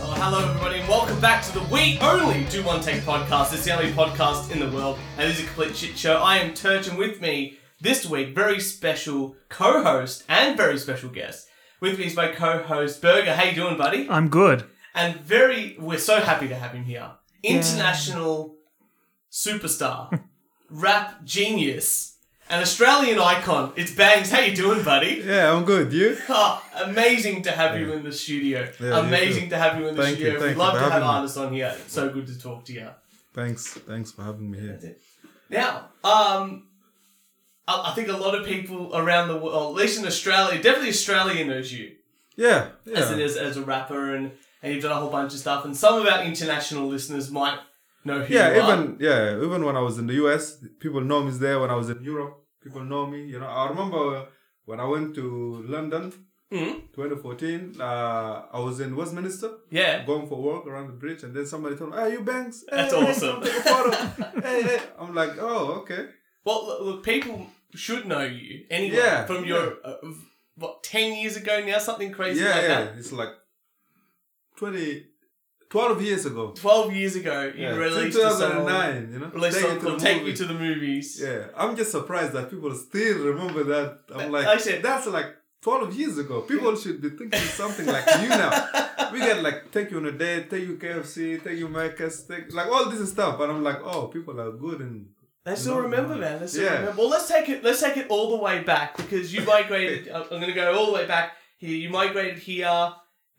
Oh, hello everybody, and welcome back to the We Only Do One Take podcast. It's the only podcast in the world, and it is a complete shit show. I am Turch, and with me this week, very special co-host and very special guest. With me is my co-host Burger. How you doing, buddy? I'm good. And very, we're so happy to have him here. International superstar, rap genius, an Australian icon. It's Bangs. How you doing, buddy? Yeah, I'm good. You? Ah, amazing to have you in the studio. Yeah, you amazing too. to have you in the Thank you, studio. We'd thank you love for to have having me. artists on here. It's so good to talk to you. Thanks, thanks for having me here. Now, um, I, I think a lot of people around the world, at least in Australia, definitely Australia knows you Yeah, as it yeah, is as a rapper, and and you've done a whole bunch of stuff. And some of our international listeners might know who you yeah. are. Even yeah, even when I was in the US, people know me there. When I was in Europe, people know me. You know, I remember when I went to London, Mhm. 2014. Uh, I was in Westminster, yeah. going for walk around the bridge, and then somebody told me, "Hey, you Banks? Hey, That's hey, awesome." come Take a photo. hey, hey. I'm like, oh, okay. Well, look, look, people should know you anyway Yeah, from yeah. your uh, what ten years ago now, something crazy yeah, like yeah. that. It's like 20, 12 years ago. Twelve years ago, you Yeah, released a song. 2009. You know, Released a Take It song to the called "Take Me Movies. to the Movies." Yeah, I'm just surprised that people still remember that. I'm like, I said- that's like 12 years ago. People should be thinking something like you now. We get like, take you on a date, take you KFC, take you Marcus, take like all this stuff. And I'm like, oh, people are good and They still No, remember, no. man. They still Yeah. remember. Well, let's take it. Let's take it all the way back because you migrated. I'm going to go all the way back here. You migrated here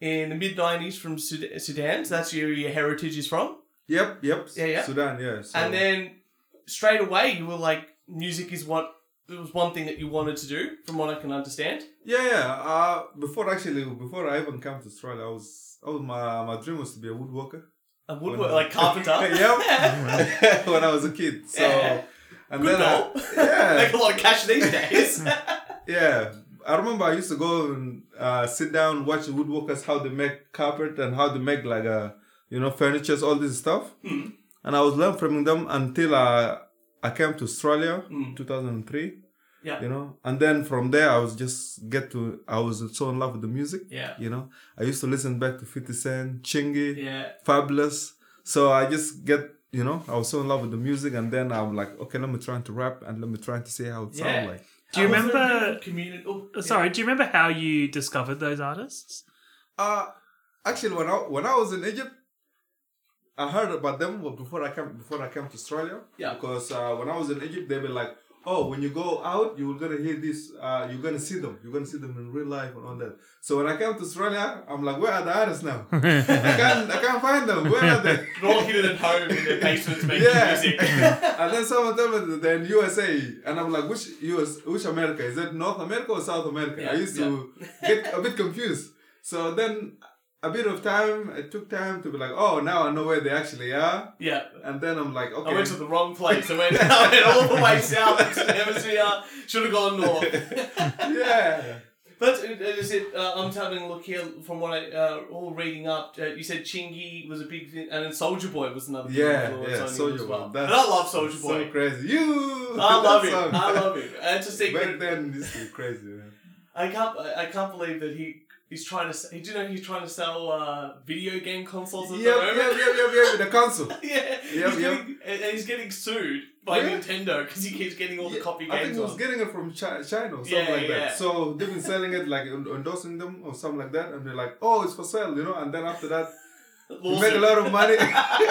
in the mid '90s from Sud- Sudan. So that's where your heritage is from. yep, yep, Yeah, yeah. Sudan, yeah. So, And then straight away, you were like, music is what it was one thing that you wanted to do, from what I can understand. yeah, yeah. Uh, before actually, before I even came to Australia, I was, I was my, my dream was to be a woodworker. A woodwork, like carpenter. yep. when I was a kid. So, Yeah. and Good then I, goal. yeah, Make a lot of cash these days. Yeah, I remember I used to go and uh, sit down, watch woodworkers how they make carpet and how they make like uh, you know furnitures, all this stuff. Mm. And I was learning from them until I I came to Australia, Mm. 2003. Yeah. you know, and then from there I was just get to I was so in love with the music. yeah. You know, I used to listen back to 50 Cent, Chingy, Yeah. Fabulous. So I just get you know I was so in love with the music, and then I'm like, okay, let me try to rap and let me try to see how it Yeah. sounds like. Do you Uh, was there a remember- bit of Community. Oh, yeah. Sorry, do you remember how you discovered those artists? Uh actually, when I when I was in Egypt, I heard about them before I came before I came to Australia. Yeah. Because uh, when I was in Egypt, they were like, "Oh, when you go out, you're gonna hear this. Uh, you're gonna see them. You're gonna see them in real life and all that." So when I came to Australia, I'm like, "Where are the artists now? I can't I can't find them. Where are they?" They're all hidden at home in their basements making Yeah. music. and then someone told me that they're in USA, and I'm like, which US, which America? Is that North America or South America? I Yeah, used to get a bit confused. So then a bit of time, it took time to be like, oh, now I know where they actually are. yeah. And then I'm like, okay, I went to the wrong place. I went, I went all the way south to the hemisphere. Should have gone north. yeah, but uh, is it? Uh, I'm having a look here from what I uh, all reading up. Uh, you said Chingy was a big thing, and then Soldier Boy was another big yeah, influence yeah. on you as Soldier well. Boy. But That's I love Soldier Boy. So crazy, you. I love that him. song. I love him. Uh, It's a Back secret. then, this is crazy. Man. I can't. I I can't believe that he. He's trying to. s- Do you know he's trying to sell uh, video game consoles at Yep, the yep, moment? yep, yep, yep. The council. Yeah, Yep, he's, yep. Getting, and and he's getting sued by Yeah. Nintendo because he keeps getting all the Yeah, copy I think games he was on. getting it from Chi- China or something Yeah, like yeah. that. So they've been selling it, like en- endorsing them or something like that, and they're like, "Oh, it's for sale," you know. And then after that, you make a lot of money.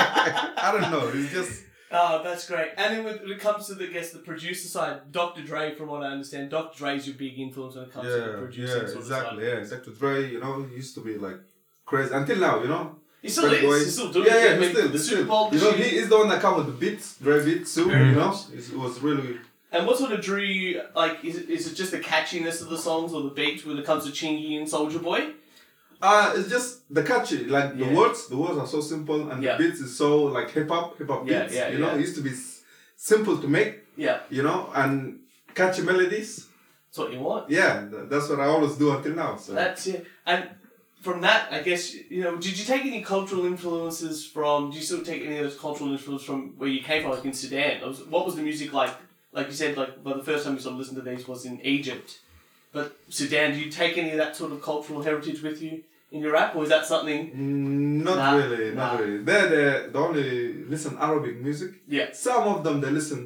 I don't know. It's just Oh, that's great. And then when it comes to the I guess the producer side, Dr. Dre, from what I understand, Dr. Dre's your big influence when it comes to the yeah, producing yeah, sort exactly. of side. Yeah, Dr. Dre, you know, he used to be like crazy until now, you know. He still Bad is. Boys. He's still doing yeah, it. yeah, I he's mean, still, the he's Super still. Bowl You know, this he year. is the one that covered the beats, Dre beats too. Very You know, much. it was really And what sort of drew you? Like, is it, is it just the catchiness of the songs or the beats when it comes to Chingy and Soldier Boy? Uh, it's just the catchy, like Yeah. the words. The words are so simple, and Yeah. the beats is so like hip hop, hip hop Yeah, beats. yeah, you know, yeah. it used to be s- simple to make. Yeah, You know, and catchy melodies. that's what you want. Yeah, th- that's what I always do until now. So That's it. And from that, I guess you know, did you take any cultural influences from? Do you still take any of those cultural influences from where you came from, like in Sudan? Or was- What was the music like? Like you said, like well, the first time you sort of listened to these was in Egypt, but Sudan. Do you take any of that sort of cultural heritage with you in your rap, or is that something? Mm, Not Nah, really, not nah. really. They're the, the only listen Arabic music. Yeah. Some of them they listen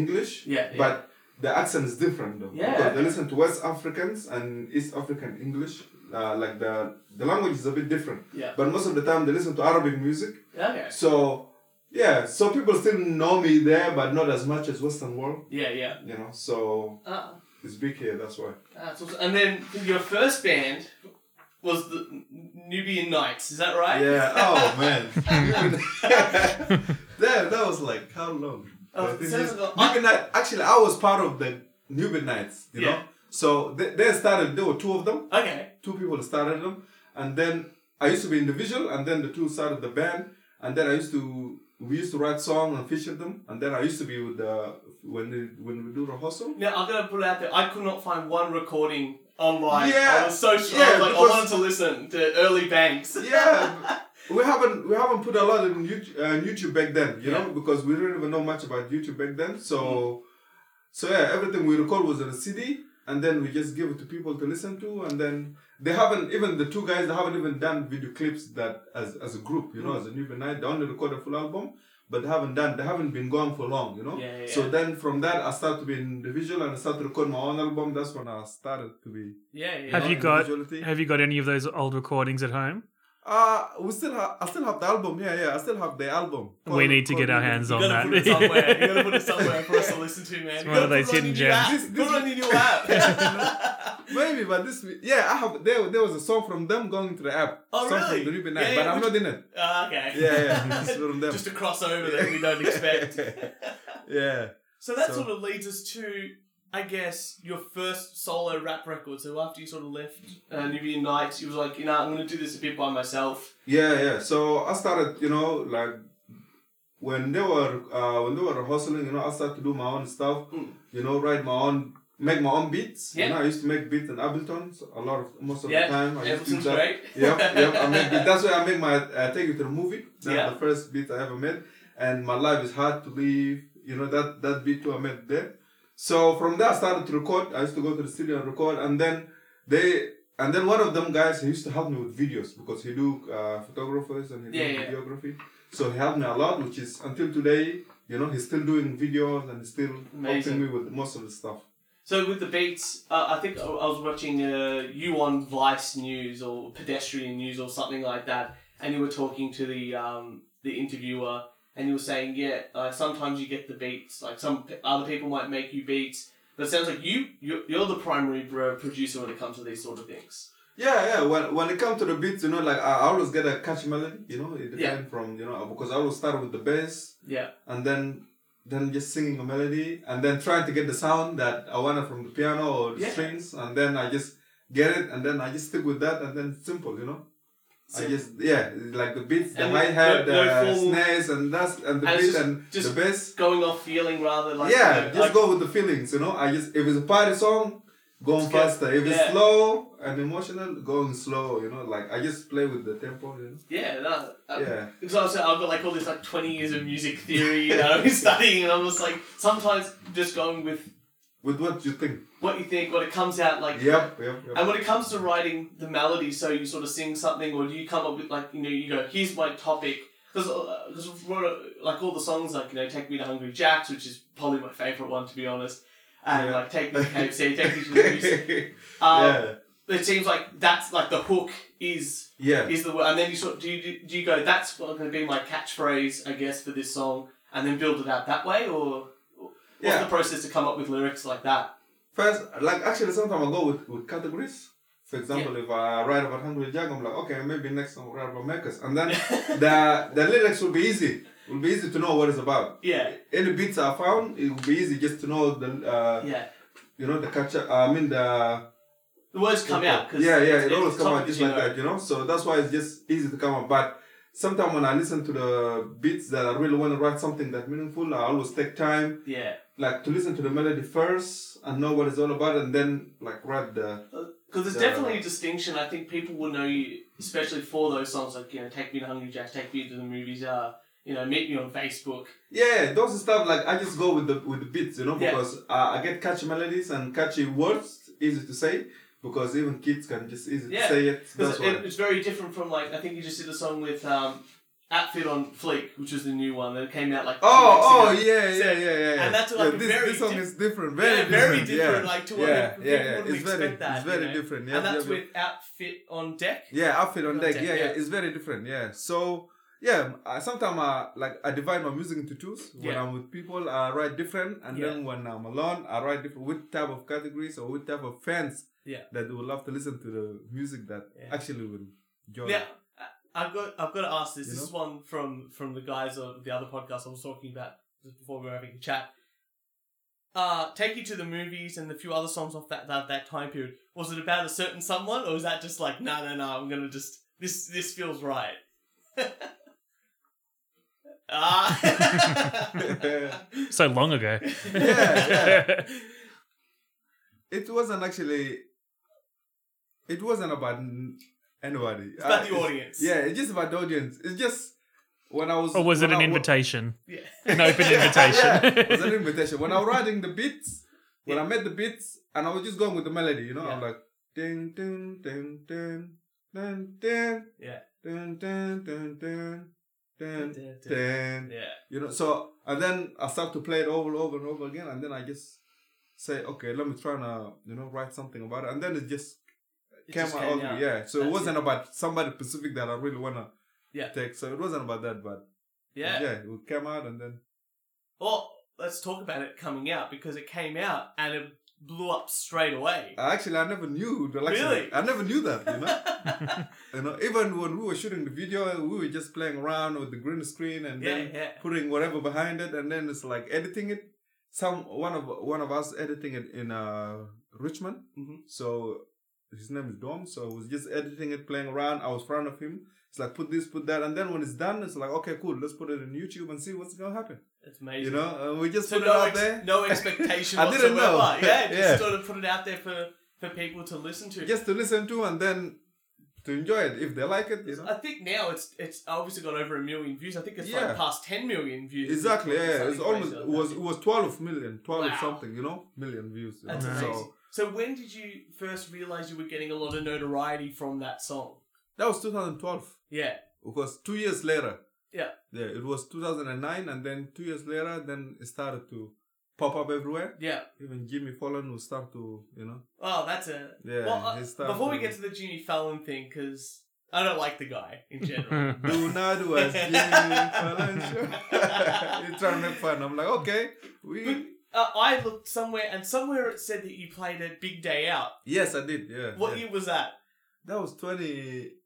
English. Yeah, yeah. But the accent is different though. Yeah. Because they listen to West Africans and East African English. Uh, like the the language is a bit different. Yeah. But most of the time they listen to Arabic music. Okay. So yeah, so people still know me there, but not as much as Western world. Yeah, yeah. You know, so Ah, it's big here. That's why. that's awesome. And then your first band was the Nubian Knights. Is that right? Yeah. Oh man. that that was like how long? Oh, Like, this so- is- Newbie Night- Actually, I was part of the Newbie Knights. You know. Yeah. So they, they started. There were two of them. Okay. Two people started them, and then I used to be individual, and then the two started the band, and then I used to we used to write songs and feature them, and then I used to be with the when they, when we do rehearsal. Now I'm gonna put it out there. I could not find one recording online. Yeah. I was so sure. Yeah, I was like, because- I wanted to listen to early banks. yeah, we haven't we haven't put a lot in YouTube, uh, YouTube back then, you Yeah. know, because we didn't even know much about YouTube back then. So, so yeah, everything we record was on a CD, and then we just give it to people to listen to, and then they haven't even the two guys they haven't even done video clips that as as a group, you know, Mm. as a new night. They only record a full album. But they haven't done. They haven't been gone for long, you know. Yeah, yeah, So yeah. then, from that, I started to be individual and I started to record my own album. That's when I started to be. Yeah, yeah. Have know, you got individuality. Have you got any of those old recordings at home? Uh, we still have. I still have the album. Yeah, yeah. I still have the album. we need to get our hands You on gotta that. put it somewhere. You gotta put it somewhere for us to listen to, man. You one of gotta those put it on hidden your new gems. app. This- this- Put it on your new app. Maybe, but this. Yeah, I have. There, there was a song from them going to the app. Oh, song really? From the Ruby Yeah, Night, yeah, but I'm which- not in it. Ah, okay. Yeah, yeah. It's from them. Just a crossover that we don't expect. yeah. So that So- sort of leads us to, I guess, your first solo rap record. So after you sort of left uh, Nubian Nights, you was like, you know, I'm going to do this a bit by myself. Yeah, yeah. So I started, you know, like when they were uh, when they were hustling, you know, I started to do my own stuff. Mm. You know, write my own, make my own beats. Yeah. You know, I used to make beats in Ableton so a lot of most of Yeah, the time. I used to do Everything's that. great. yep, yep. I made beat. That's why I made my uh, Take You to the Movie. That's Yeah. the first beat I ever made. And My Life is Hard to Leave. You know, that, that beat too I made there. So from there, I started to record. I used to go to the studio and record. And then they, and then one of them guys, he used to help me with videos because he do uh, photographers and he Yeah, do yeah. videography. So he helped me a lot, which is until today, you know, he's still doing videos and he's still Amazing. helping me with most of the stuff. So with the beats, uh, I think I I was watching uh, you on Vice News or Pedestrian News or something like that, and you were talking to the um, the interviewer, and you were saying, yeah, uh, sometimes you get the beats. Like some p- other people might make you beats, but it sounds like you you're, you're the primary bro- producer when it comes to these sort of things. Yeah, yeah. When when it comes to the beats, you know, like I I always get a catchy melody. You know, it depends Yeah. from you know because I always start with the bass Yeah, and then then just singing a melody and then trying to get the sound that I wanted from the piano or the Yeah. strings and then I just get it and then I just stick with that and then it's simple, you know. I just yeah, like the beats, the And hi hat, no- the no formal- uh, snares and that's and the And it's beat just- and just- the bass going off feeling rather like yeah, you know, just like- go with the feelings, you know. I just if it's a party song, going It's good. faster. If it's Yeah. slow and emotional, going slow, you know. Like I just play with the tempo, you know. yeah. That, uh, Yeah. Because I was- I've got like all this like twenty years of music theory that I've been studying, and I'm just like sometimes just going with With what you think. what you think, what it comes out like. Yep, yep, yep. And when it comes to writing the melody, so you sort of sing something, or do you come up with like you know you go here's my topic because like all the songs like you know take me to Hungry Jack's, which is probably my favorite one to be honest, and Yeah. like take me to KFC, take me to the music. Um, yeah. It seems like that's like the hook is Yeah. is the word, and then you sort of, do you do you go that's what going to be my catchphrase I guess for this song, and then build it out that way, or what's Yeah. the process to come up with lyrics like that? First like actually sometimes I go with, with categories. For example, if I write about Hungry Jack, I'm like, okay, maybe next time I'll write about makers. And then the the lyrics will be easy. Will be easy to know what it's about. Yeah, Any beats I found, it will be easy just to know the uh, yeah. you know the culture. I mean the The words come out. 'cause yeah, yeah, it's- it it's always the come topic out just you like know. that, you know. So that's why it's just easy to come up. But sometimes when I listen to the beats that I really want to write something that meaningful, I always take time Yeah, like to listen to the melody first and know what it's all about, and then like write the because Uh, there's Yeah. definitely a distinction. I think people will know you, especially for those songs like you know, "Take Me to Hungry Jack," "Take Me to the Movies," uh, you know, "Meet Me on Facebook." yeah those stuff. Like I just go with the with the beats, you know, Yeah. because uh, I get catchy melodies and catchy words, easy to say. because even kids can just easily Yeah, say it. That's Because why. it, it's very different from like I think you just did a song with um, Outfit on Fleek, which is the new one that came out like. two Oh, oh, weeks ago. yeah, yeah, yeah, yeah. yeah. And that's, Yeah, like, a this, very this song di- is different, very Yeah, different, very different, yeah. like, to what yeah, people yeah, yeah. would It's expect very, that, it's you very know? different. Yeah, and that's yeah, with Outfit on Deck. yeah, outfit on on deck. deck, Yeah, yeah, yeah. it's very different. Yeah, so yeah, I, sometimes I like I divide my music into twos. When Yeah. I'm with people, I write different, and Yeah. then when I'm alone, I write different. With type of categories or with type of fans Yeah. that will love to listen to the music that Yeah. actually will enjoy. Now, I- I've got I've got to ask this. You this know? is one from from the guys of the other podcast I was talking about just before we were having a chat. Uh, take you to the movies and the few other songs off that that, that time period. Was it about a certain someone, or was that just like no no no? I'm gonna just this this feels right. Ah. So long ago. Yeah, It wasn't actually. It wasn't about n- anybody. It's about Uh, the audience. Yeah, it's just about the audience. It's just when I was. Or was it an when I wa- invitation? Yeah. An open It was invitation? an invitation. When I was writing the beats, when I made the beats, and I was just going with the melody, you know, I'm Yeah. like, ding, ding, ding, ding, ding, ding, Yeah. ding, ding, ding, ding, ding, yeah. ding, you know. So and then I start to play it over, over, and over again, and then I just say, okay, let me try and uh, you know write something about it, and then it just It came just out came ugly, out. yeah. So it That's wasn't about somebody specific that I really wanna Yeah. take. So it wasn't about that, but Yeah. yeah, it came out and then Well, let's talk about it coming out because it came out and it blew up straight away. I actually I never knew the like Really? I never knew that, you know. you know, even when we were shooting the video, we were just playing around with the green screen and yeah, then yeah. putting whatever behind it and then it's like editing it. Some one of one of us editing it in uh Richmond. Mhm. So his name is Dom, so I was just editing it, playing around. I was front of him. It's like put this, put that, and then when it's done, it's like okay, cool. Let's put it in YouTube and see what's gonna happen. It's amazing. You know, and we just so put no, it out ex- there. no expectation I didn't whatsoever. know. Yeah, just Yeah. sort of put it out there for, for people to listen to. just to listen to and then to enjoy it if they like it you know I think now it's it's obviously got over a million views. I think it's Yeah. like past ten million views. exactly yeah, yeah. it's Something almost crazy it like was that. it was 12 million 12 Wow. something you know million views you That's know? amazing. so So when did you first realize you were getting a lot of notoriety from that song? that was 2012 Yeah. because two years later Yeah. yeah it was 2009 and then two years later then it started to pop up everywhere Yeah. even jimmy fallon will start to you know Oh, that's a yeah well, uh, he started before we to- get to the Jimmy Fallon thing, because I don't like the guy in general. do not was Jimmy Fallon show. He's trying to make fun. I'm like, okay, we uh, I looked somewhere, and somewhere it said that you played a Big Day Out. yes, I did. Yeah. What yeah. year was that? That was 2012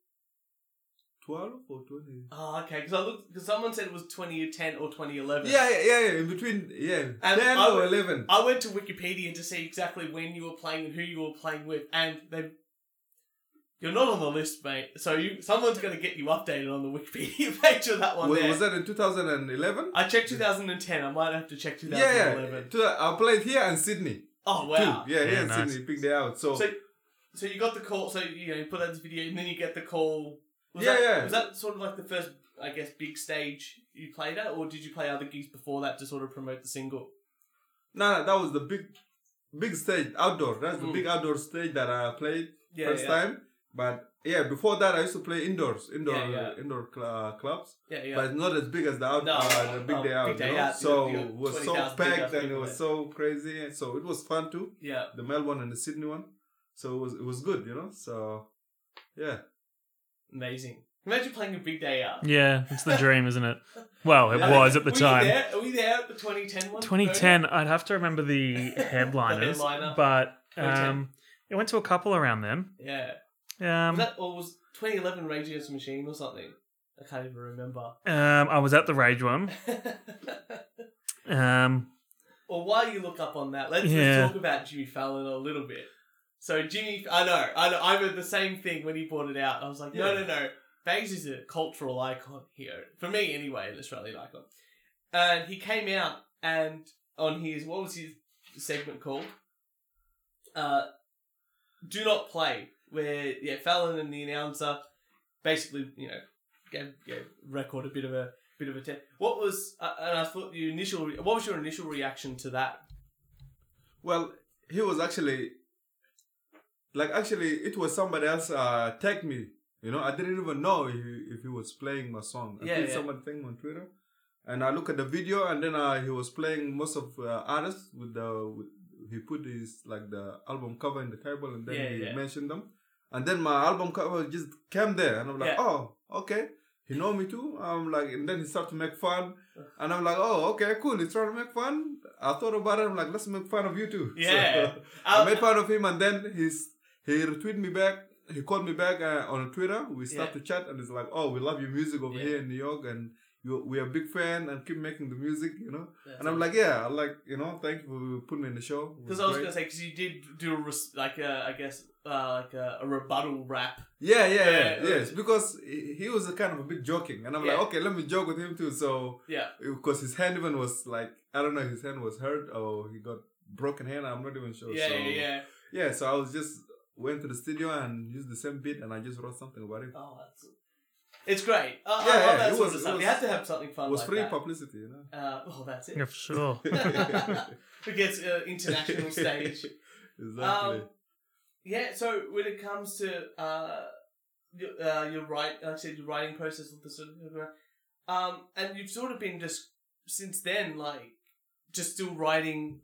or 20. Oh, okay. Because I looked, because someone said it was 2010 or 2011. Yeah, yeah, yeah, yeah, in between, yeah, And 10 I or would- 11. I went to Wikipedia to see exactly when you were playing and who you were playing with, and they. You're not on the list, mate. So you, someone's going to get you updated on the Wikipedia page of that one. was, there. was that in 2011? I checked 2010. I might have to check Yeah, yeah. 2011. To- I played here and Sydney. Oh wow! Too. Yeah, here Yeah, and nice. Sydney picked it out. So, So, so you got the call. So you know, you put out this video, and then you get the call. Was Yeah, that, yeah. Was that sort of like the first, I guess, big stage you played at, or did you play other gigs before that to sort of promote the single? no, no, that was the big, big stage, outdoor. That's the Mm. big outdoor stage that I played Yeah, first yeah. time. But yeah, before that, I used to play indoors, indoor, Yeah, yeah. indoor cl- uh, clubs. yeah, yeah. but not as big as the out, No, uh, the no, no, big day big out. you day know? out, So you know, it was so 20,000 big packed ass and it people was there. so crazy. and So it was fun too, yeah. the Melbourne and the Sydney one. So it was it was good, you know. So yeah, Amazing. Imagine playing a big day out. yeah, it's the dream, isn't it? Well, it I was think- at the were time. You there? Are we there at the 2010 one? 2010, I'd have to remember the headliners, headliner. but 2010. um, it went to a couple around then. Yeah. Um, was that, or was 2011 Rage Against the Machine or something? I can't even remember. um, I was at the Rage one. Um, Well, while you look up on that, let's, Yeah. let's talk about Jimmy Fallon a little bit. So Jimmy, I know, I know, I read the same thing when he brought it out. I was like, no, Yeah. no, no. Banks is a cultural icon here for me, anyway, an Australian icon. And he came out and on his what was his segment called? Uh, Do not play, where yeah, Fallon and the announcer basically you know gave, gave record a bit of a bit of a test. What was uh, and I thought the initial re- what was your initial reaction to that? well, he was actually like actually it was somebody else uh tagged me you know i didn't even know if he, if he was playing my song i Yeah, think yeah. someone thing on twitter and i look at the video and then uh, he was playing most of uh, artists with the with, he put his like the album cover in the table and then Yeah, he yeah. mentioned them and then my album cover just came there and i'm like Yeah. oh okay he know me too i'm like and then he started to make fun and i'm like oh okay cool he's trying to make fun i thought about it i'm like let's make fun of you too So- Yeah. I Um, made fun of him, and then he's he retweeted me back. He called me back uh, on Twitter. We start Yeah. to chat, and he's like, "Oh, we love your music over Yeah. here in New York, and you, we are a big fan, and keep making the music, you know." that's and I'm like, "Yeah, I like you know, thank you for putting me in the show." It Because I was great." gonna say, because you did do a res- like a, I guess uh, like a, a rebuttal rap. yeah, yeah, yeah, Yeah. yes, because he, he was a kind of a bit joking, and I'm Yeah. like, "Okay, let me joke with him too." So Yeah, because his hand even was like, I don't know, his hand was hurt or he got broken hand. I'm not even sure. yeah, so, yeah, yeah. Yeah, so I was just went to the studio and used the same beat, and I just wrote something about it. Oh, that's. It's great. Uh, Yeah, I love yeah, that it sort was- of it stuff. was- you have to have something fun. It was like free that. publicity, you know. Uh, well, that's it. Yeah, for sure. it gets uh, international stage. Exactly. Um, Yeah. So when it comes to uh, your, uh, your write, like I said, your writing process with the sort of, um, and you've sort of been just since then, like, just still writing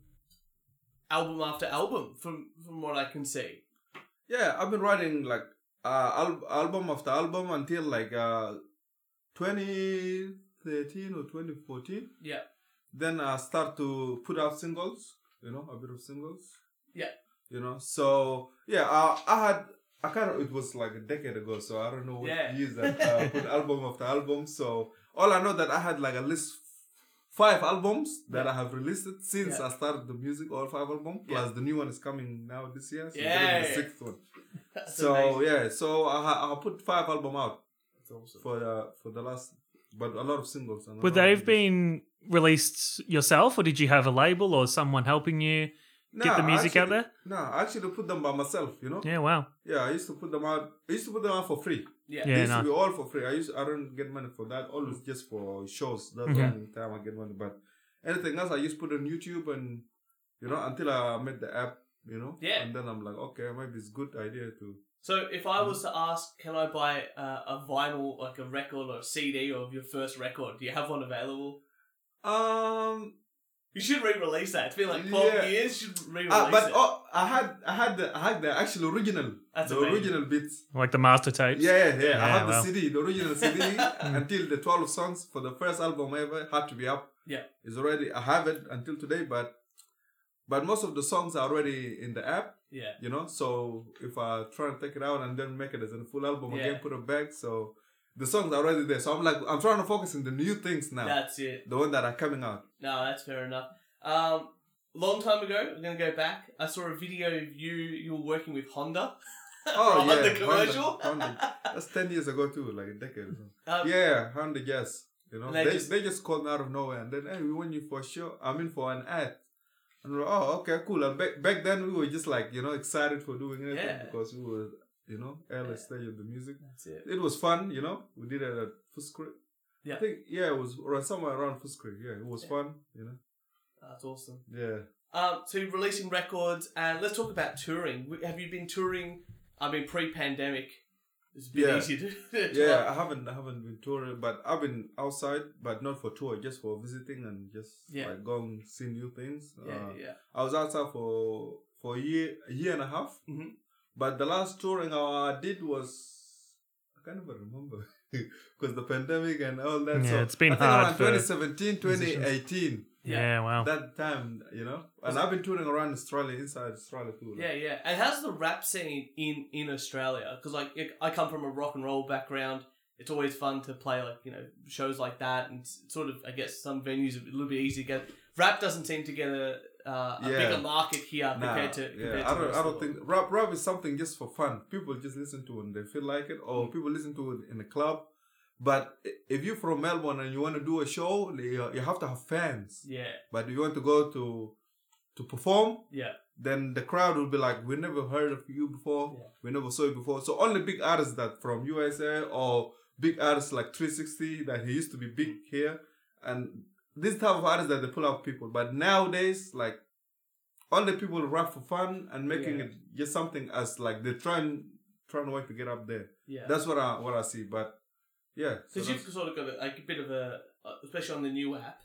album after album from from what I can see. yeah, I've been writing like uh, al- album after album until like uh, 2013 or 2014. Yeah. Then I start to put out singles, you know, a bit of singles. Yeah. You know, so yeah, I, I had. I kind of, it was like a decade ago, so I don't know what Yeah. years that uh, put album after album. So all I know that I had like at least five albums that I have released it since Yeah. I started the music, all five albums, Yeah. plus the new one is coming now this year. So Yeah. that is the sixth one. That's so amazing. yeah, so I ha- I put five album out That's awesome. for the for the last, but a lot of singles. and a Would lot they of have been released yourself, or did you have a label or someone helping you get Nah, the music actually, out there? No, I actually put them by myself. You know. Yeah. Yeah, wow. I used to put them out. I used to put them out for free. Yeah. Yeah, They used no. to be all for free. I used I don't get money for that. Always just for shows. That's Mhm. the only time I get money. But anything else, I just put on YouTube and you know until I made the app. You know. Yeah. And then I'm like, okay, maybe it's good idea to. So if I Mm. was to ask, can I buy uh, a vinyl, like a record or a CD of your first record? Do you have one available? Um, You should re-release that. It's been like twelve Yeah. years. You should re-release Uh, but it. oh, I had I had the I had the actual original, That's the amazing. original beats. Like the master tapes. Yeah, yeah, yeah. I Yeah, had well. the CD, the original CD until the twelve songs for the first album ever had to be up. Yeah. it's already I have it until today, but but most of the songs are already in the app, yeah. you know. So if I try and take it out and then make it as a full album Yeah. again, put it back, so the songs are already there. So I'm like I'm trying to focus on the new things now, That's it. the one that are coming out. No, that's fair enough. Um, long time ago, I'm gonna go back. I saw a video of you. You were working with Honda. Oh For yeah, Honda commercial. Honda, Honda. That's ten years ago too, like a decade. Or so. Um, Yeah, hundred yes. You know, And they they, just- they just called out of nowhere and then hey, we want you for sure. I mean for an ad. And we're like, oh okay, cool. And back back then we were just like, you know, excited for doing it Yeah. because we were, you know, early stage of the music. That's it. It was fun, you know. We did it at Foots Creek. Yeah. I think yeah, it was around somewhere around Foots Creek. Yeah, it was Yeah. fun, you know. That's awesome. Yeah. Um, so you're releasing records, and let's talk about touring. W- Have you been touring? I mean, pre-pandemic, it's been Yeah. easy to. to Yeah, I haven't I haven't been touring, but I've been outside, but not for tour, just for visiting and just Yeah. like going see new things. yeah, Uh, yeah. I was outside for for a year, a year and a half. Mhm. But the last touring I did was I can't even remember because the pandemic and all that. Yeah, so it's been I think hard around for 2017, 2018. Yeah, wow. That time, you know, Was and I've been touring around Australia, inside Australia too. like- Yeah, yeah. And how's the rap scene in in Australia? Because like it- I come from a rock and roll background. It's always fun to play like you know shows like that, and s- sort of I guess some venues are a little bit easy to get. Rap doesn't seem to get a uh, a Yeah. bigger market here Nah, compared to compared yeah, I to don't, the I don't rest of the think world. rap, rap is something just for fun. People just listen to it when they feel like it, Mm. or people listen to it in a club. But i- if you're from Melbourne and you want to do a show, you you have to have fans. Yeah, But if you want to go to to perform, yeah, then the crowd will be like, "We never heard of you before. Yeah. We never saw you before." So only big artists that from USA or big artists like 360 that he used to be big Mm. here, and this type of artists that they pull out people. But nowadays, like all the people rap for fun and making Yeah. it just something as like they're trying trying way to get up there. Yeah. That's what I what I see. But yeah, so Because that's- you've sort of got a, like a bit of a, uh, especially on the new app,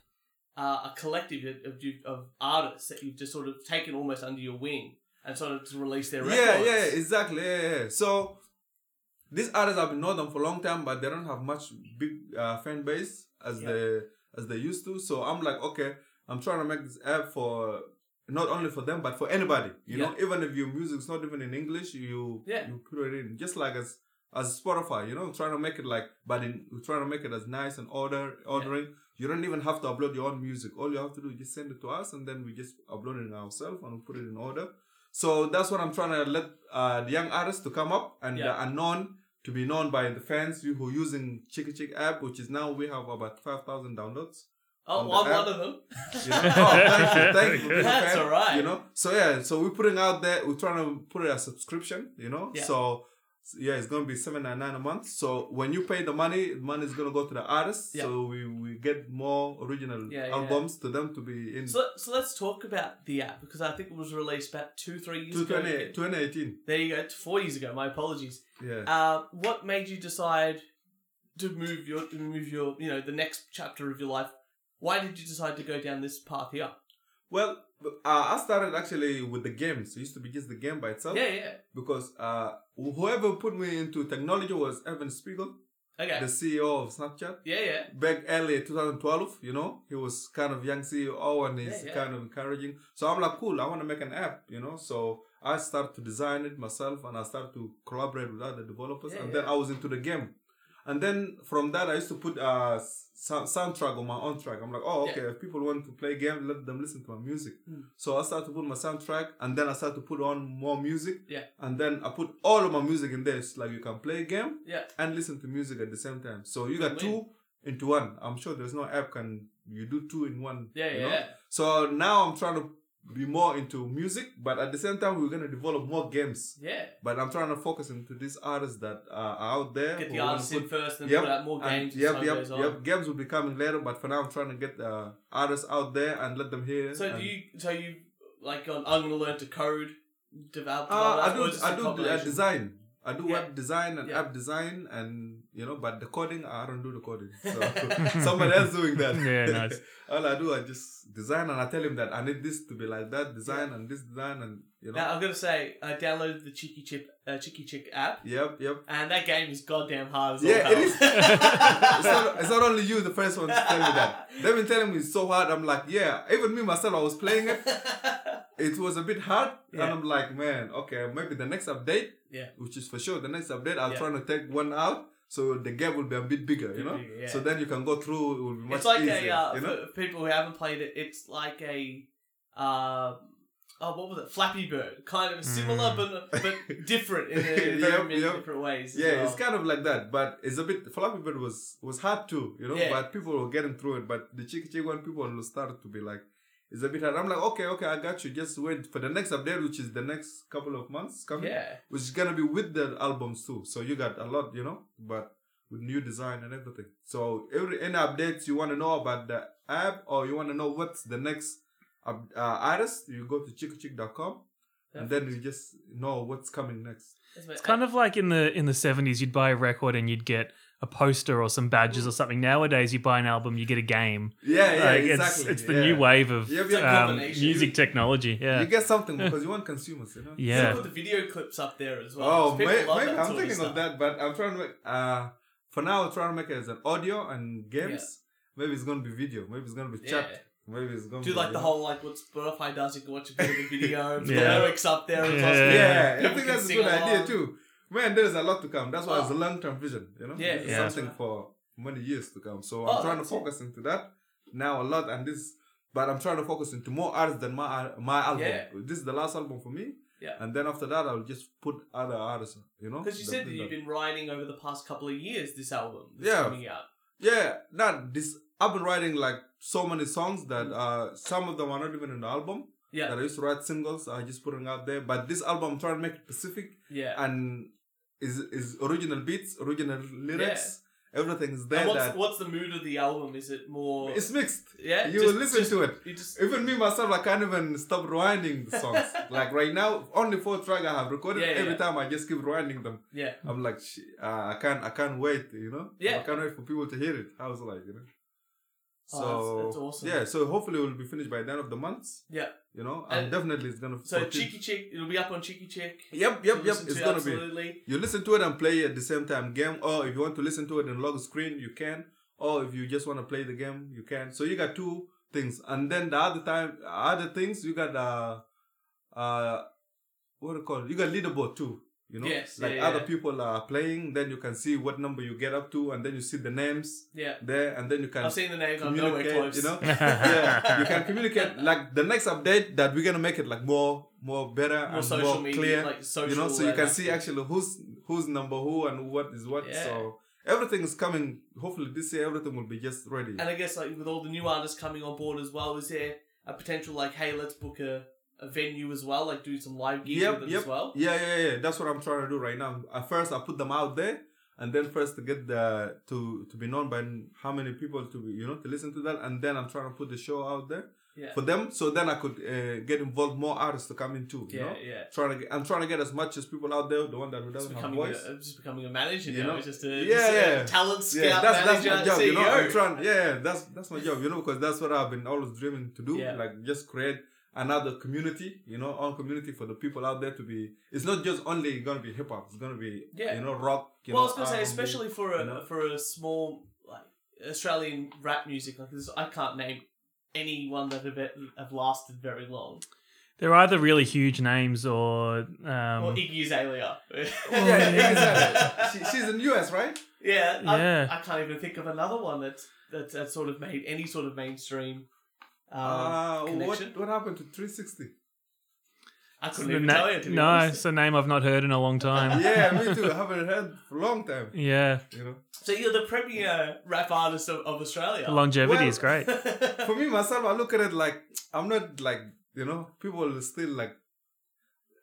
uh, a collective of, of you- of artists that you've just sort of taken almost under your wing and sort of just released their records. yeah, yeah, exactly. Yeah, yeah, yeah. So these artists have been known them for a long time, but they don't have much big uh, fan base as Yeah. they as they used to. So I'm like, okay, I'm trying to make this app for not only for them but for anybody. You know, even if your music's not even in English, you Yeah. you put it in just like as as Spotify. You know, trying to make it like, but in trying to make it as nice and order ordering. You don't even have to upload your own music. All you have to do is just send it to us, and then we just upload it ourselves and we put it in order. So that's what I'm trying to let uh, the young artists to come up and Yeah. the unknown to be known by the fans who are using Chicky Chick app, which is now we have about five thousand downloads. Oh, On the well, I'm app. one of them. You know? oh, thank you, thank you. for being a That's fan, alright. You know, so yeah, so we're putting out there. We're trying to put it as subscription. You know, Yeah. so yeah, it's gonna be seven ninety nine a month. So when you pay the money, the money is gonna go to the artists. Yeah. So we we get more original Yeah, yeah, albums to them to be in. So, so let's talk about the app because I think it was released about two, three years ago. 2018. 2018. There you go, four years ago. My apologies. Yeah. Uh, what made you decide to move your to move your you know the next chapter of your life? Why did you decide to go down this path here? Well, uh, I started actually with the games. It used to be just the game by itself. Yeah, yeah. Because uh, whoever put me into technology was Evan Spiegel, Okay. the CEO of Snapchat. yeah, yeah. Back early 2012, you know, he was kind of young CEO and he's Yeah, yeah. kind of encouraging. So I'm like, cool, I want to make an app, you know. So I started to design it myself and I started to collaborate with other developers. Yeah, and yeah. then I was into the game. And then from that, I used to put uh, s- sound- soundtrack on my own track. I'm like, oh, Yeah. okay, if people want to play game, let them listen to my music. Mm. So I started to put my soundtrack and then I started to put on more music. Yeah. And then I put all of my music in there. It's like you can play a game Yeah. and listen to music at the same time. So you Good got win. two into one. I'm sure there's no app can you do two in one. Yeah, you yeah, know? yeah. So now I'm trying to be more into music, but at the same time we're gonna develop more games. Yeah. But I'm trying to focus into these artists that are out there. Get who the wanna artists in put- first and Yep, put out more and games as yep, time yep, goes on. yep. Games will be coming later, but for now I'm trying to get uh, artists out there and let them hear. So and- do you? So you like gone, I'm going to learn to code, develop. develop Uh, I that, or do. just I a do uh, combination? design. I do Yeah. web design and Yeah. app design, and you know, but the coding I don't do the coding. So somebody else doing that. Yeah, nice. All I do I just design, and I tell him that I need this to be like that design and this design, and you know. Now I'm gonna say I downloaded the Cheeky Chip uh, Cheeky Chick app, Yep, yep. and that game is goddamn hard as all Yeah, it hell. is. it's, not, it's not only you, the first one to tell me that. They've been telling me it's so hard. I'm like, yeah. Even me myself, I was playing it. It was a bit hard, and Yeah. I'm like, man, okay, maybe the next update, Yeah. which is for sure the next update, I'll Yeah. try to take one out, so the gap will be a bit bigger, you Bit know. bigger, yeah. So then you can go through. It will be much it's like easier, a uh, you know. for people who haven't played it. It's like a. Uh, Oh, what was it? Flappy Bird, kind of similar Mm. but but different in a, very Yep, many yep. different ways. as Yeah, well. it's kind of like that, but it's a bit floppy. Bird was was hard too, you know. Yeah. But people were getting through it. But the chick chick one, people will start to be like, it's a bit hard. I'm like, okay, okay, I got you. Just wait for the next update, which is the next couple of months coming, yeah, which is gonna be with the albums too. So you got a lot, you know, but with new design and everything. So every any updates you want to know about the app or you want to know what's the next up- uh, artist, you go to chickchick.com and then you just know what's coming next. It's kind of like in the in the seventies, you'd buy a record and you'd get a poster or some badges or something. Nowadays, you buy an album, you get a game. Yeah, yeah, Like, exactly. It's, it's the yeah. new wave of Yeah, yeah, um, combination. music technology. Yeah, You get something because you want consumers, you know. yeah. put the video clips up there as well. Oh, 'cause may, people love maybe that I'm sort thinking stuff. of that, but I'm trying to make. Uh, for now, I'm trying to make it as an audio and games. Maybe it's gonna be video. Maybe it's gonna be chat. Yeah. Maybe it's gonna Do be, like you the know. whole like what Spotify does. You can watch a bit of a video, put Yeah. the lyrics up there. as well. Yeah. Yeah, People I think can that's a sing good idea along. too. Man, there's a lot to come. That's why it's a Oh. long-term vision. You know, Yeah, This is yeah. something for many years to come. So Oh, I'm trying to that's it. focus into that now a lot, and this. But I'm trying to focus into more artists than my my album. Yeah. This is the last album for me. Yeah. And then after that, I'll just put other artists. You know, Because you said that did you've been writing over the past couple of years. This album that's Yeah. coming out. Yeah, not this. I've been writing like so many songs that uh some of them are not even in the album. Mm-hmm. Yeah, That I used to write singles. I just putting out there. But this album, I'm trying to make it specific yeah, and is is original beats, original lyrics, Everything's there. And what's, that- what's the mood of the album? Is it more? it's mixed. yeah, you just- will listen just- to it. You just Even me myself, I can't even stop rewinding the songs. like right now, only four track I have recorded. Yeah, yeah, Every yeah. time I just keep rewinding them. yeah. I'm like, "Sh- uh, I can't, I can't wait. You know, Yeah. I can't wait for people to hear it. I was like, you know. So Oh, that's- that's awesome. yeah, so hopefully we'll be finished by the end of the month. Yeah. You know, and, And- definitely it's gonna. So continue. cheeky chick, it'll be up on cheeky chick. Yep, yep, You'll yep. listen It's to it, gonna be. absolutely. You listen to it and play at the same time game, or if you want to listen to it in log screen, you can. Or if you just want to play the game, you can. So you got two things, and then the other time, other things you got uh, uh, what do you call? It? You got leaderboard too. You know, Yes, like yeah, other yeah. people are playing, then you can see what number you get up to, and then you see the names Yeah, there, and then you can I've seen the names. I'm nowhere communicate. close. You know, yeah, you can communicate. Like the next update that we're gonna make it like more, more better more and social more media, clear like social. you know, so you uh, can see actually who's who's number who and what is what. Yeah. So everything is coming. Hopefully this year everything will be just ready. And I guess like with all the new artists coming on board as well, is there a potential like, hey, let's book a, a venue as well, like do some live gigs Yep, with them yep. as well? Yeah, yeah, yeah. That's what I'm trying to do right now. At first, I put them out there, and then first to get the to to be known by how many people to be, you know to listen to that, and then I'm trying to put the show out there Yeah, for them. So then I could uh, get involved more artists to come in too. You yeah, know, yeah. trying to get, I'm trying to get as much as people out there. The one that who Just doesn't have becoming, voice. a, just becoming a manager, You you know, know? it's just a, Yeah, just a yeah. talent scout yeah, that's that's manager, E my job, CEO. you know. I'm trying, yeah, yeah, that's that's my job, you know, because that's what I've been always dreaming to do, Yeah. like just create another community, you know, own community for the people out there to be. It's not just only gonna be hip hop; it's gonna be, Yeah. you know, rock. You well, I know, was gonna say, R&B. especially for a you know? for a small like Australian rap music, like this, I can't name anyone that have have lasted very long. They're either really huge names or or um, Iggy Azalea. Yeah, yeah, exactly. she, she's in US, right? Yeah, Yeah. I, I can't even think of another one that's that's that sort of made any sort of mainstream. Um, uh, what connection? what happened to 360? I couldn't the even na- tell you. To be no, honest. it's a name I've not heard in a long time. yeah, me too. I haven't heard for a long time. yeah, You know, So you're the premier rap artist of, of Australia. the longevity Well- is great. for me myself, I look at it like I'm not like you know people are still like.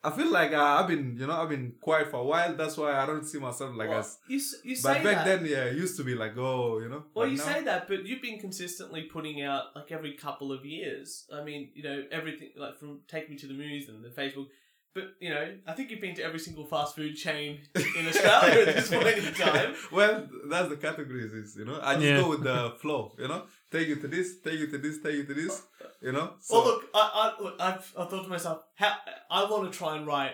I feel like uh, I've been you know I've been quiet for a while. That's why I don't see myself like Well, as. you s- you say But back that. then, yeah, it used to be like oh you know. well, but you now- say that, but you've been consistently putting out like every couple of years. I mean, you know, everything like from Take Me to the Movies and the Facebook. But you know, I think you've been to every single fast food chain in Australia at this point in time. Well, that's the categories, is you know. I just Yeah. go with the flow, you know. Take you to this, take you to this, take you to this, you know. well, look, I, I, look, I've, I thought to myself, how, I want to try and write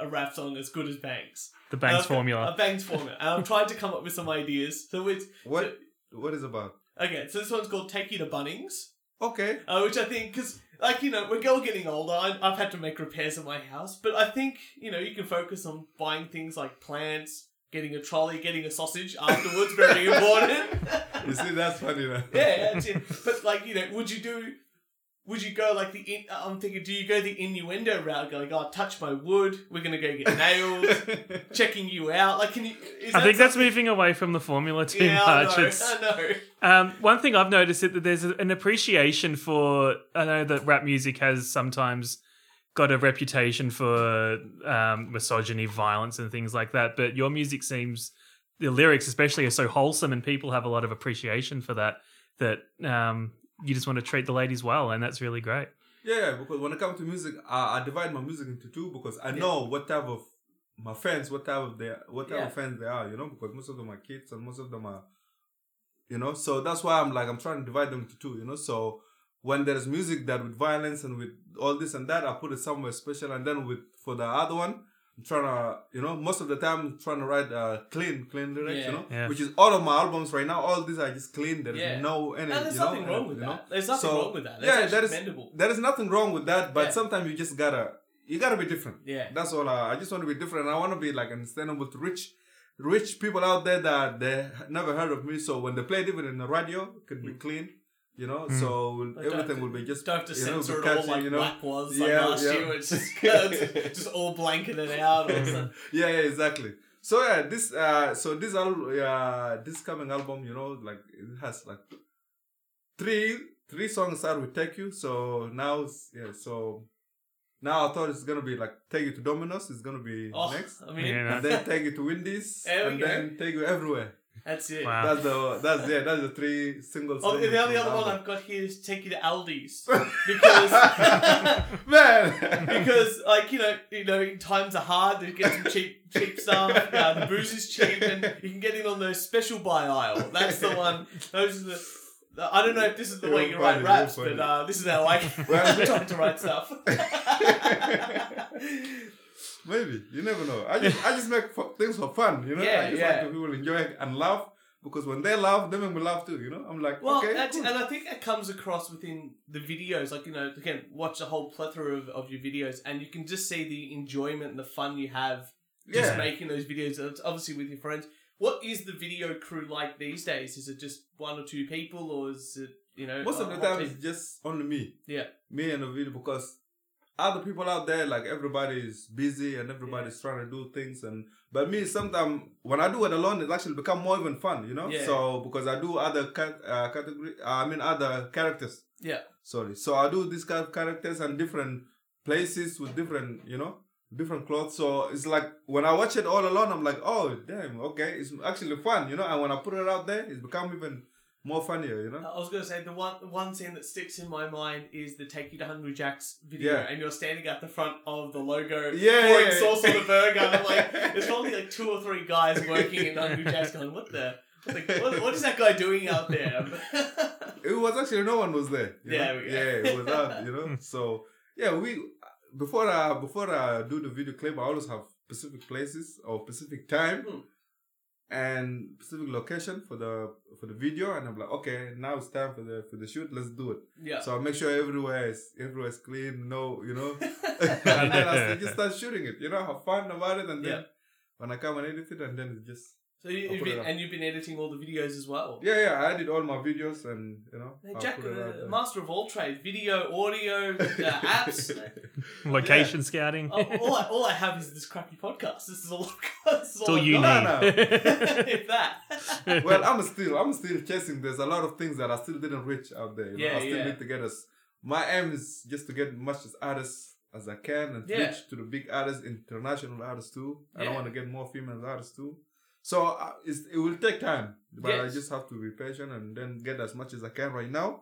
a rap song as good as Banks. The And Banks I've- formula. A Banks formula. And I've tried to come up with some ideas. So it's, what what is about? okay, so this one's called Take You to Bunnings, Okay, uh, which I think, because, like, you know, we're all getting older. I, I've had to make repairs in my house. But I think, you know, you can focus on buying things like plants, getting a trolley, getting a sausage afterwards, very important. you see, that's funny. Now. yeah, that's it. But like, you know, would you do? Would you go like the? In, I'm thinking, do you go the innuendo route? Go like, oh, touch my wood. We're gonna go get nails. checking you out. Like, can you? Is I that think that's something- moving away from the formula too Yeah, I much. know, It's- I know. Um, one thing I've noticed is that there's an appreciation for. I know that rap music has sometimes got a reputation for um, misogyny, violence, and things like that. But your music seems the lyrics, especially, are so wholesome, and people have a lot of appreciation for that. That um, you just want to treat the ladies well, and that's really great. Yeah, because when it comes to music, I, I divide my music into two because I know what type of my fans, what type of they, what type Yeah. of fans they are, you know, because most of them are kids and most of them are, you know, so that's why I'm like I'm trying to divide them into two, you know. So when there's music that with violence and with all this and that, I put it somewhere special, and then with for the other one, I'm trying to, you know, most of the time I'm trying to write uh, clean, clean lyrics, Yeah. you know, Yeah. which is all of my albums right now. All these are just clean. There's Yeah. no any, No, there's you know, nothing wrong you with know? that. There's nothing So, wrong with that. That's yeah, actually that is- commendable. there is nothing wrong with that, but Yeah. sometimes you just gotta you gotta be different. Yeah. That's all. uh, I, I just want to be different. I want to be like understandable to rich, rich people out there that they never heard of me. So when they play it even in the radio, it could Mm. be clean, you know. Mm. So Like, don't have everything to- will be just Don't have to you know, be censor it all catchy, like you know? black was like Yeah, last yeah. year. It's just, it's just all blanketed out. Or something. yeah, yeah, exactly. So yeah, this uh, so this al- uh, this coming album, you know, like it has like three three songs that will take you. So now, it's- yeah, so now I thought it's gonna be like take you to Domino's. It's gonna be Oh, next, I mean, Yeah, and then take you to Windies, There we and go. then take you everywhere. That's it. Wow. That's the that's yeah, that's the three single. Oh, songs and the only from other one album. I've got here is take you to Aldi's because man. because like you know you know times are hard. They get some cheap cheap stuff. Uh, the booze is cheap, and you can get in on the special buy aisle. That's the one. Those are the. I don't know if this is the You're way you funny, write you're raps, funny. but uh, this is how I Well- trying to write stuff. Maybe you never know. I just I just make f- things for fun, you know. Yeah, I just yeah. like to people enjoy it and laugh because when they laugh, they make me laugh too. You know, I'm like, well, okay, that's, cool. and I think that comes across within the videos. Like you know, again, watch a whole plethora of, of your videos, and you can just see the enjoyment and the fun you have just yeah. making those videos and it's obviously with your friends what is the video crew like these days is it just one or two people or is it you know uh, Most of a the whole time, team? it's just only me. Yeah. me and the video because other people out there, like everybody is busy and everybody's trying to do things. And but me, sometimes when I do it alone, it actually become more even fun, you know. Yeah. So because I do other cat, uh, category, uh, I mean other characters. Yeah. Sorry. So I do these kind of characters and different places with different, you know, different clothes. So it's like when I watch it all alone, I'm like, oh damn, okay, it's actually fun, you know. And when I put it out there, it's become even more funnier, you know. I was gonna say the one the one scene that sticks in my mind is the Take You to Hungry Jack's video, Yeah. and you're standing at the front of the logo, Yeah, pouring yeah, yeah. sauce on the burger. And I'm like, there's probably like two or three guys working in Hungry Jack's, going, "What the? Like, what, what is that guy doing out there?" It was actually no one was there. you Yeah, know? we- yeah, it was out. You know, so yeah, we before I before I do the video clip, I always have specific places or specific time Hmm. and specific location for the for the video, and I'm like, okay, now it's time for the for the shoot. Let's do it. yeah, So I make sure everywhere is everywhere is clean. No, you know, and then I just start shooting it. You know, have fun about it, and then Yeah. when I come and edit it, and then it just so you, I'll you've put it been, up. and you've been editing all the videos as well. yeah, yeah. I edit all my videos, and you know, Hey, I'll Jack, put it out uh, there. master of all trades, video, audio, uh, apps. Location scouting. Oh, Uh, all, I, all I have is this crappy podcast. This is all, this is it's all all I've you got. No, if that. well, I'm still, I'm still chasing. There's a lot of things that I still didn't reach out there. You know? Yeah, I still yeah. need to get us. My aim is just to get much as artists as I can and Yeah. reach to the big artists, international artists too. And I Yeah. want to get more female artists too. So uh, it's, it will take time, but I Yes. just have to be patient and then get as much as I can right now.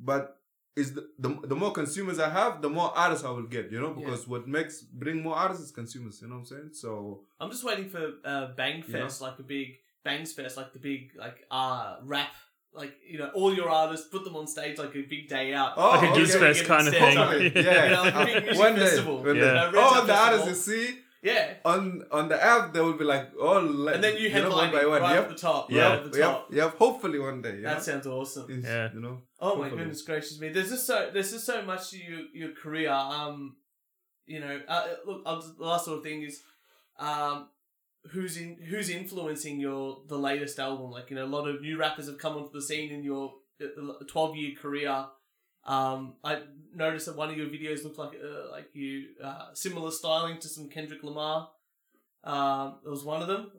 But is the, the the more consumers I have, the more artists I will get. You know, Yeah. because what makes bring more artists is consumers. You know what I'm saying? So I'm just waiting for uh, Bang Fest, like a big Bangs Fest, like the big like uh rap, like you know, all your artists put them on stage like a big day out. Oh, like a okay. Juice Fest kind of thing. Totally, yeah. You know, like a big Yeah. music One day, festival. one day. you know, Yeah. Red all Tap the artists Festival. you see Yeah. on on the app they will be like all like, And then you know, headline one by it one right yep at the top. Yeah. Right at the top. yep yep hopefully one day yeah That sounds awesome. It's, Yeah. you know Oh my Hopefully. goodness gracious me! There's just so there's just so much to your your career. Um, you know, uh, look, I'll just, the last sort of thing is, um, who's in who's influencing your the latest album? Like you know, a lot of new rappers have come onto the scene in your uh, twelve year career. Um, I noticed that one of your videos looked like uh, like you uh, similar styling to some Kendrick Lamar. Um, it was one of them.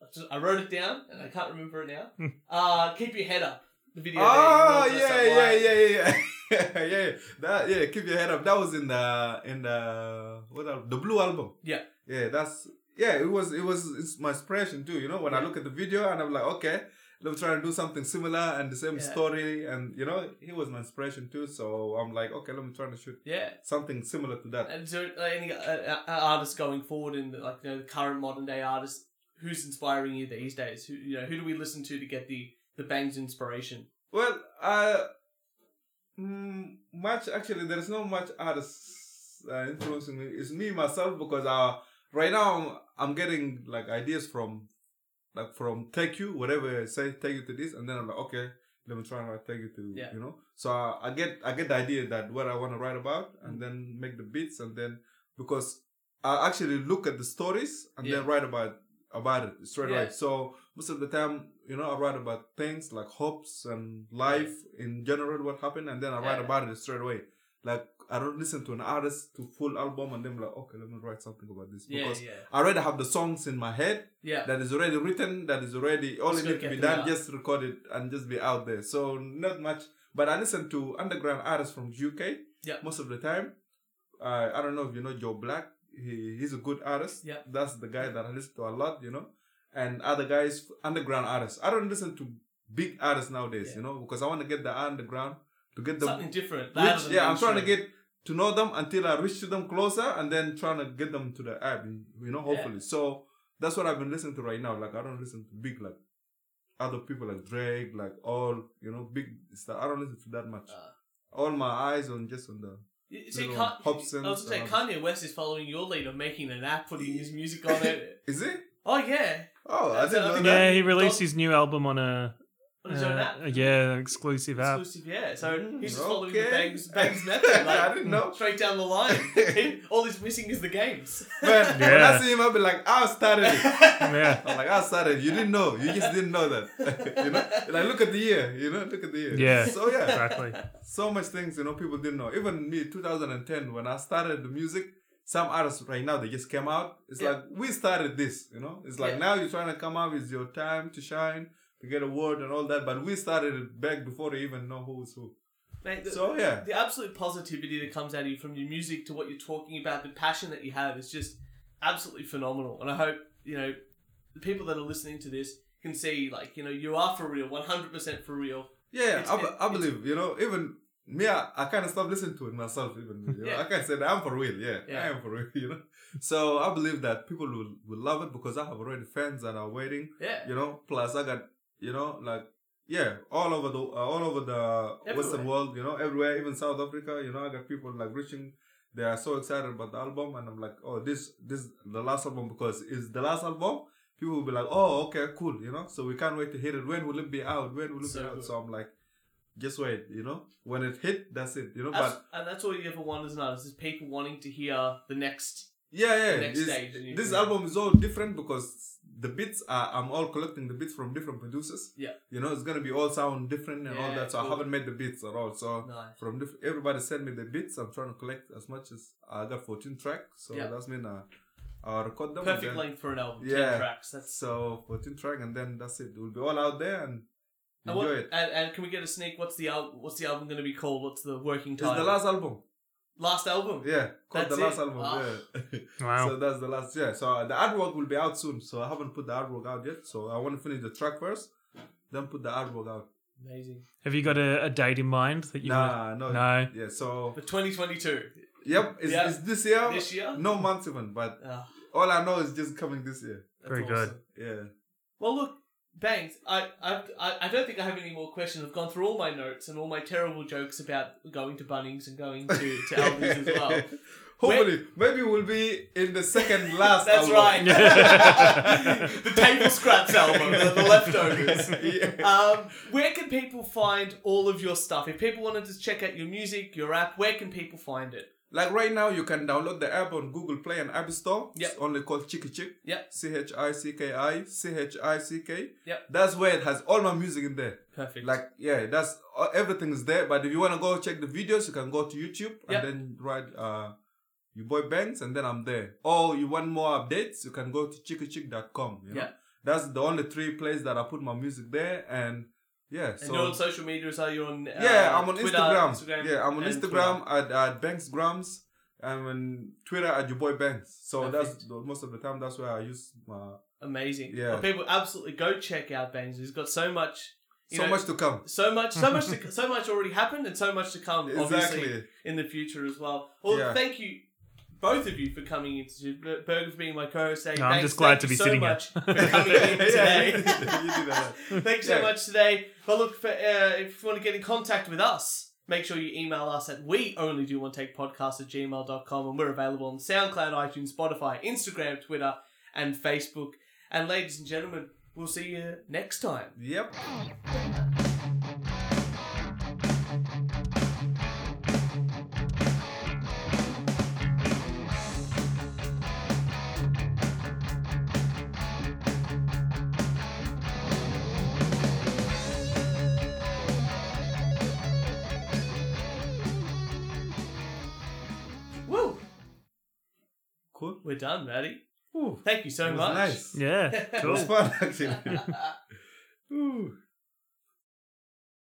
I, just, I wrote it down and I can't remember it now. uh, keep your head up. The video. there, you Hmm. oh realize that's that yeah yeah, line. yeah yeah yeah yeah that yeah keep your head up that was in the in the what al- the blue album Yeah. yeah that's yeah it was it was it's my inspiration too you know when I look at the video and I'm like okay let me try and do something similar and the same Yeah. story and you know he was my inspiration too so I'm like okay let me try and shoot Yeah. something similar to that. And is there any uh, uh, artists going forward in the, like you know, the current modern day artists who's inspiring you these days? Who you know who do we listen to to get the the bangs inspiration? Well, uh, mm, much actually, there's no much artists uh, influencing me. It's me myself because uh, right now I'm, I'm getting like ideas from like from take you whatever I say take you to this, and then I'm like okay. Let me try and write take you to Yeah. you know. So uh, I, I get I get the idea that what I want to write about, Mm. and then make the beats, and then because I actually look at the stories and then write about about it straight Yeah. away. So most of the time, you know, I write about things like hopes and life in general, what happened, and then I write Yeah. about it straight away. Like I don't listen to an artist to full album and then be like, okay, let me write something about this Yeah, because yeah, I already have the songs in my head yeah. that is already written, that is already all Just it gotta needs to get be them done, out. just record it and just be out there. So not much, but I listen to underground artists from UK Yeah. most of the time. Uh, I don't know if you know Joe Black. He he's a good artist. Yeah. that's the guy that I listen to a lot. You know, and other guys, underground artists. I don't listen to big artists nowadays, you know, because I want to get the underground to get them. Something different. louder Which, than yeah, I'm trying to mainstream. get to know them until I reach to them closer and then trying to get them to the app, you know, hopefully. So that's what I've been listening to right now. Like, I don't listen to big, like, other people like Drake, like all, you know, big stuff. I don't listen to that much. Ah. all my eyes on just on the. You- See, Little Ka- Hobson, I was going to say, um, Kanye West is following your lead of making an app, putting his music on it. Is it? Oh, yeah. Oh, I That's didn't know another that. Yeah, he released Don't- his new album on a On his own uh, app. yeah an exclusive app. Exclusive, yeah. So Mm, he's just following the okay. Bangs, bangs method. Like, I didn't know. Straight down the line. He- all he's missing is the games. Man, when Yeah. I see him, I'll be like, I started it. Yeah, I'm like, I started. You didn't know. You just didn't know that. you know, like look at the year. You know, look at the year. Yeah. So yeah, exactly. so much things you know people didn't know. Even me, 2010, when I started the music, some artists right now they just came out. It's Yeah. like we started this, you know. It's like Yeah. now you're trying to come out. It's your time to shine, to get a word and all that. But we started it back before they even know who's who. Mate, the, So yeah, the absolute positivity that comes out of you from your music to what you're talking about, the passion that you have is just absolutely phenomenal. And I hope, you know, the people that are listening to this can see, like, you know, you are for real, 100% for real. yeah, It's- I, be- it- I believe you know even. Me, I, I kind of stopped listening to it myself. Even you know? Yeah. I can't say that I'm for real. Yeah, Yeah. I am for real. You know, so I believe that people will, will love it because I have already fans that are waiting Yeah. you know plus i got you know like yeah all over the uh, all over the western Everywhere. world you know everywhere even south africa you know i got people like reaching they are so excited about the album and i'm like oh this this the last album because it's the last album people will be like oh okay cool you know so we can't wait to hear it when will it be out when will it So be out good. so i'm like just wait you know when it hit that's it you know Abs- but and that's all you ever want as an artist is people wanting to hear the next. yeah yeah the next it's- stage and you- this album is all different because the beats are i'm all collecting the beats from different producers Yeah. you know it's gonna be all sound different and all Yeah, that so cool. i haven't made the beats at all so Nice. from diff- everybody sent me the beats i'm trying to collect as much as i got 14 tracks so Yeah. that's mean uh, i'll record them and Perfect then- length for an album. Yeah. 10 tracks. That's. so 14 track and then that's it it will be all out there and And, what, enjoy it and, and can we get a sneak? What's the al- what's the album going to be called? What's the working it's title? the last album Last album. yeah called That's the last it? album Ah. yeah Wow. So that's the last, yeah. So uh, the artwork will be out soon. So I haven't put the artwork out yet. So I want to finish the track first, then put the artwork out. Amazing. Have you got a, a date in mind that you? nah, no, wanna- no. Yeah, so, For 2022 yep, it's, Yeah. it's this year. this year. No months even, but Ah, all I know is just coming this year. that's Very good. awesome. Yeah. Well, look, Bangs. I, I I I don't think I have any more questions. I've gone through all my notes and all my terrible jokes about going to Bunnings and going to to Aldi's as well. Hopefully, maybe we'll be in the second last. That's album. right. the table scraps album, the, the leftovers. yeah. Um, where can people find all of your stuff? If people wanted to check out your music, your app, where can people find it? Like right now, you can download the app on Google Play and App Store. Yep. It's only called Chicky Chick. Yep. C H I C K I C H I C K. Yep. That's where it has all my music in there. Perfect. like yeah that's uh, everything is there but if you want to go check the videos you can go to youtube Yep. and then write uh your boy banks and then i'm there or you want more updates you can go to chickychick.com you know Yeah. that's the only three places that i put my music there and yeah and so you're on social medias? Are you on? Uh, yeah i'm on Twitter, instagram. yeah i'm on and instagram at, at banks grams i'm on twitter at your boy banks so that's Perfect. the, most of the time that's where i use my Amazing. Yeah. Well, people absolutely go check out Bangs. He's got so much. You so know, much to come So much, so much, to, so much already happened, and so much to come. Obviously, exactly in the future as well. Well, Yeah. thank you, both of you, for coming in. to- Bur- Berger for being my co-host. today. No, I'm Thanks- just thank glad to you be so sitting here. much for coming in today. Yeah, you did that. Thanks so Yeah. much today. But look, for, uh, if you want to get in contact with us, make sure you email us at we only do one take podcast at gmail.com and we're available on SoundCloud, iTunes, Spotify, Instagram, Twitter, and Facebook. And ladies and gentlemen, we'll see you next time. yep Woo! cool We're done, Maddie. Ooh, Thank you so it was much. nice Yeah. It was Cool. fun actually. Ooh.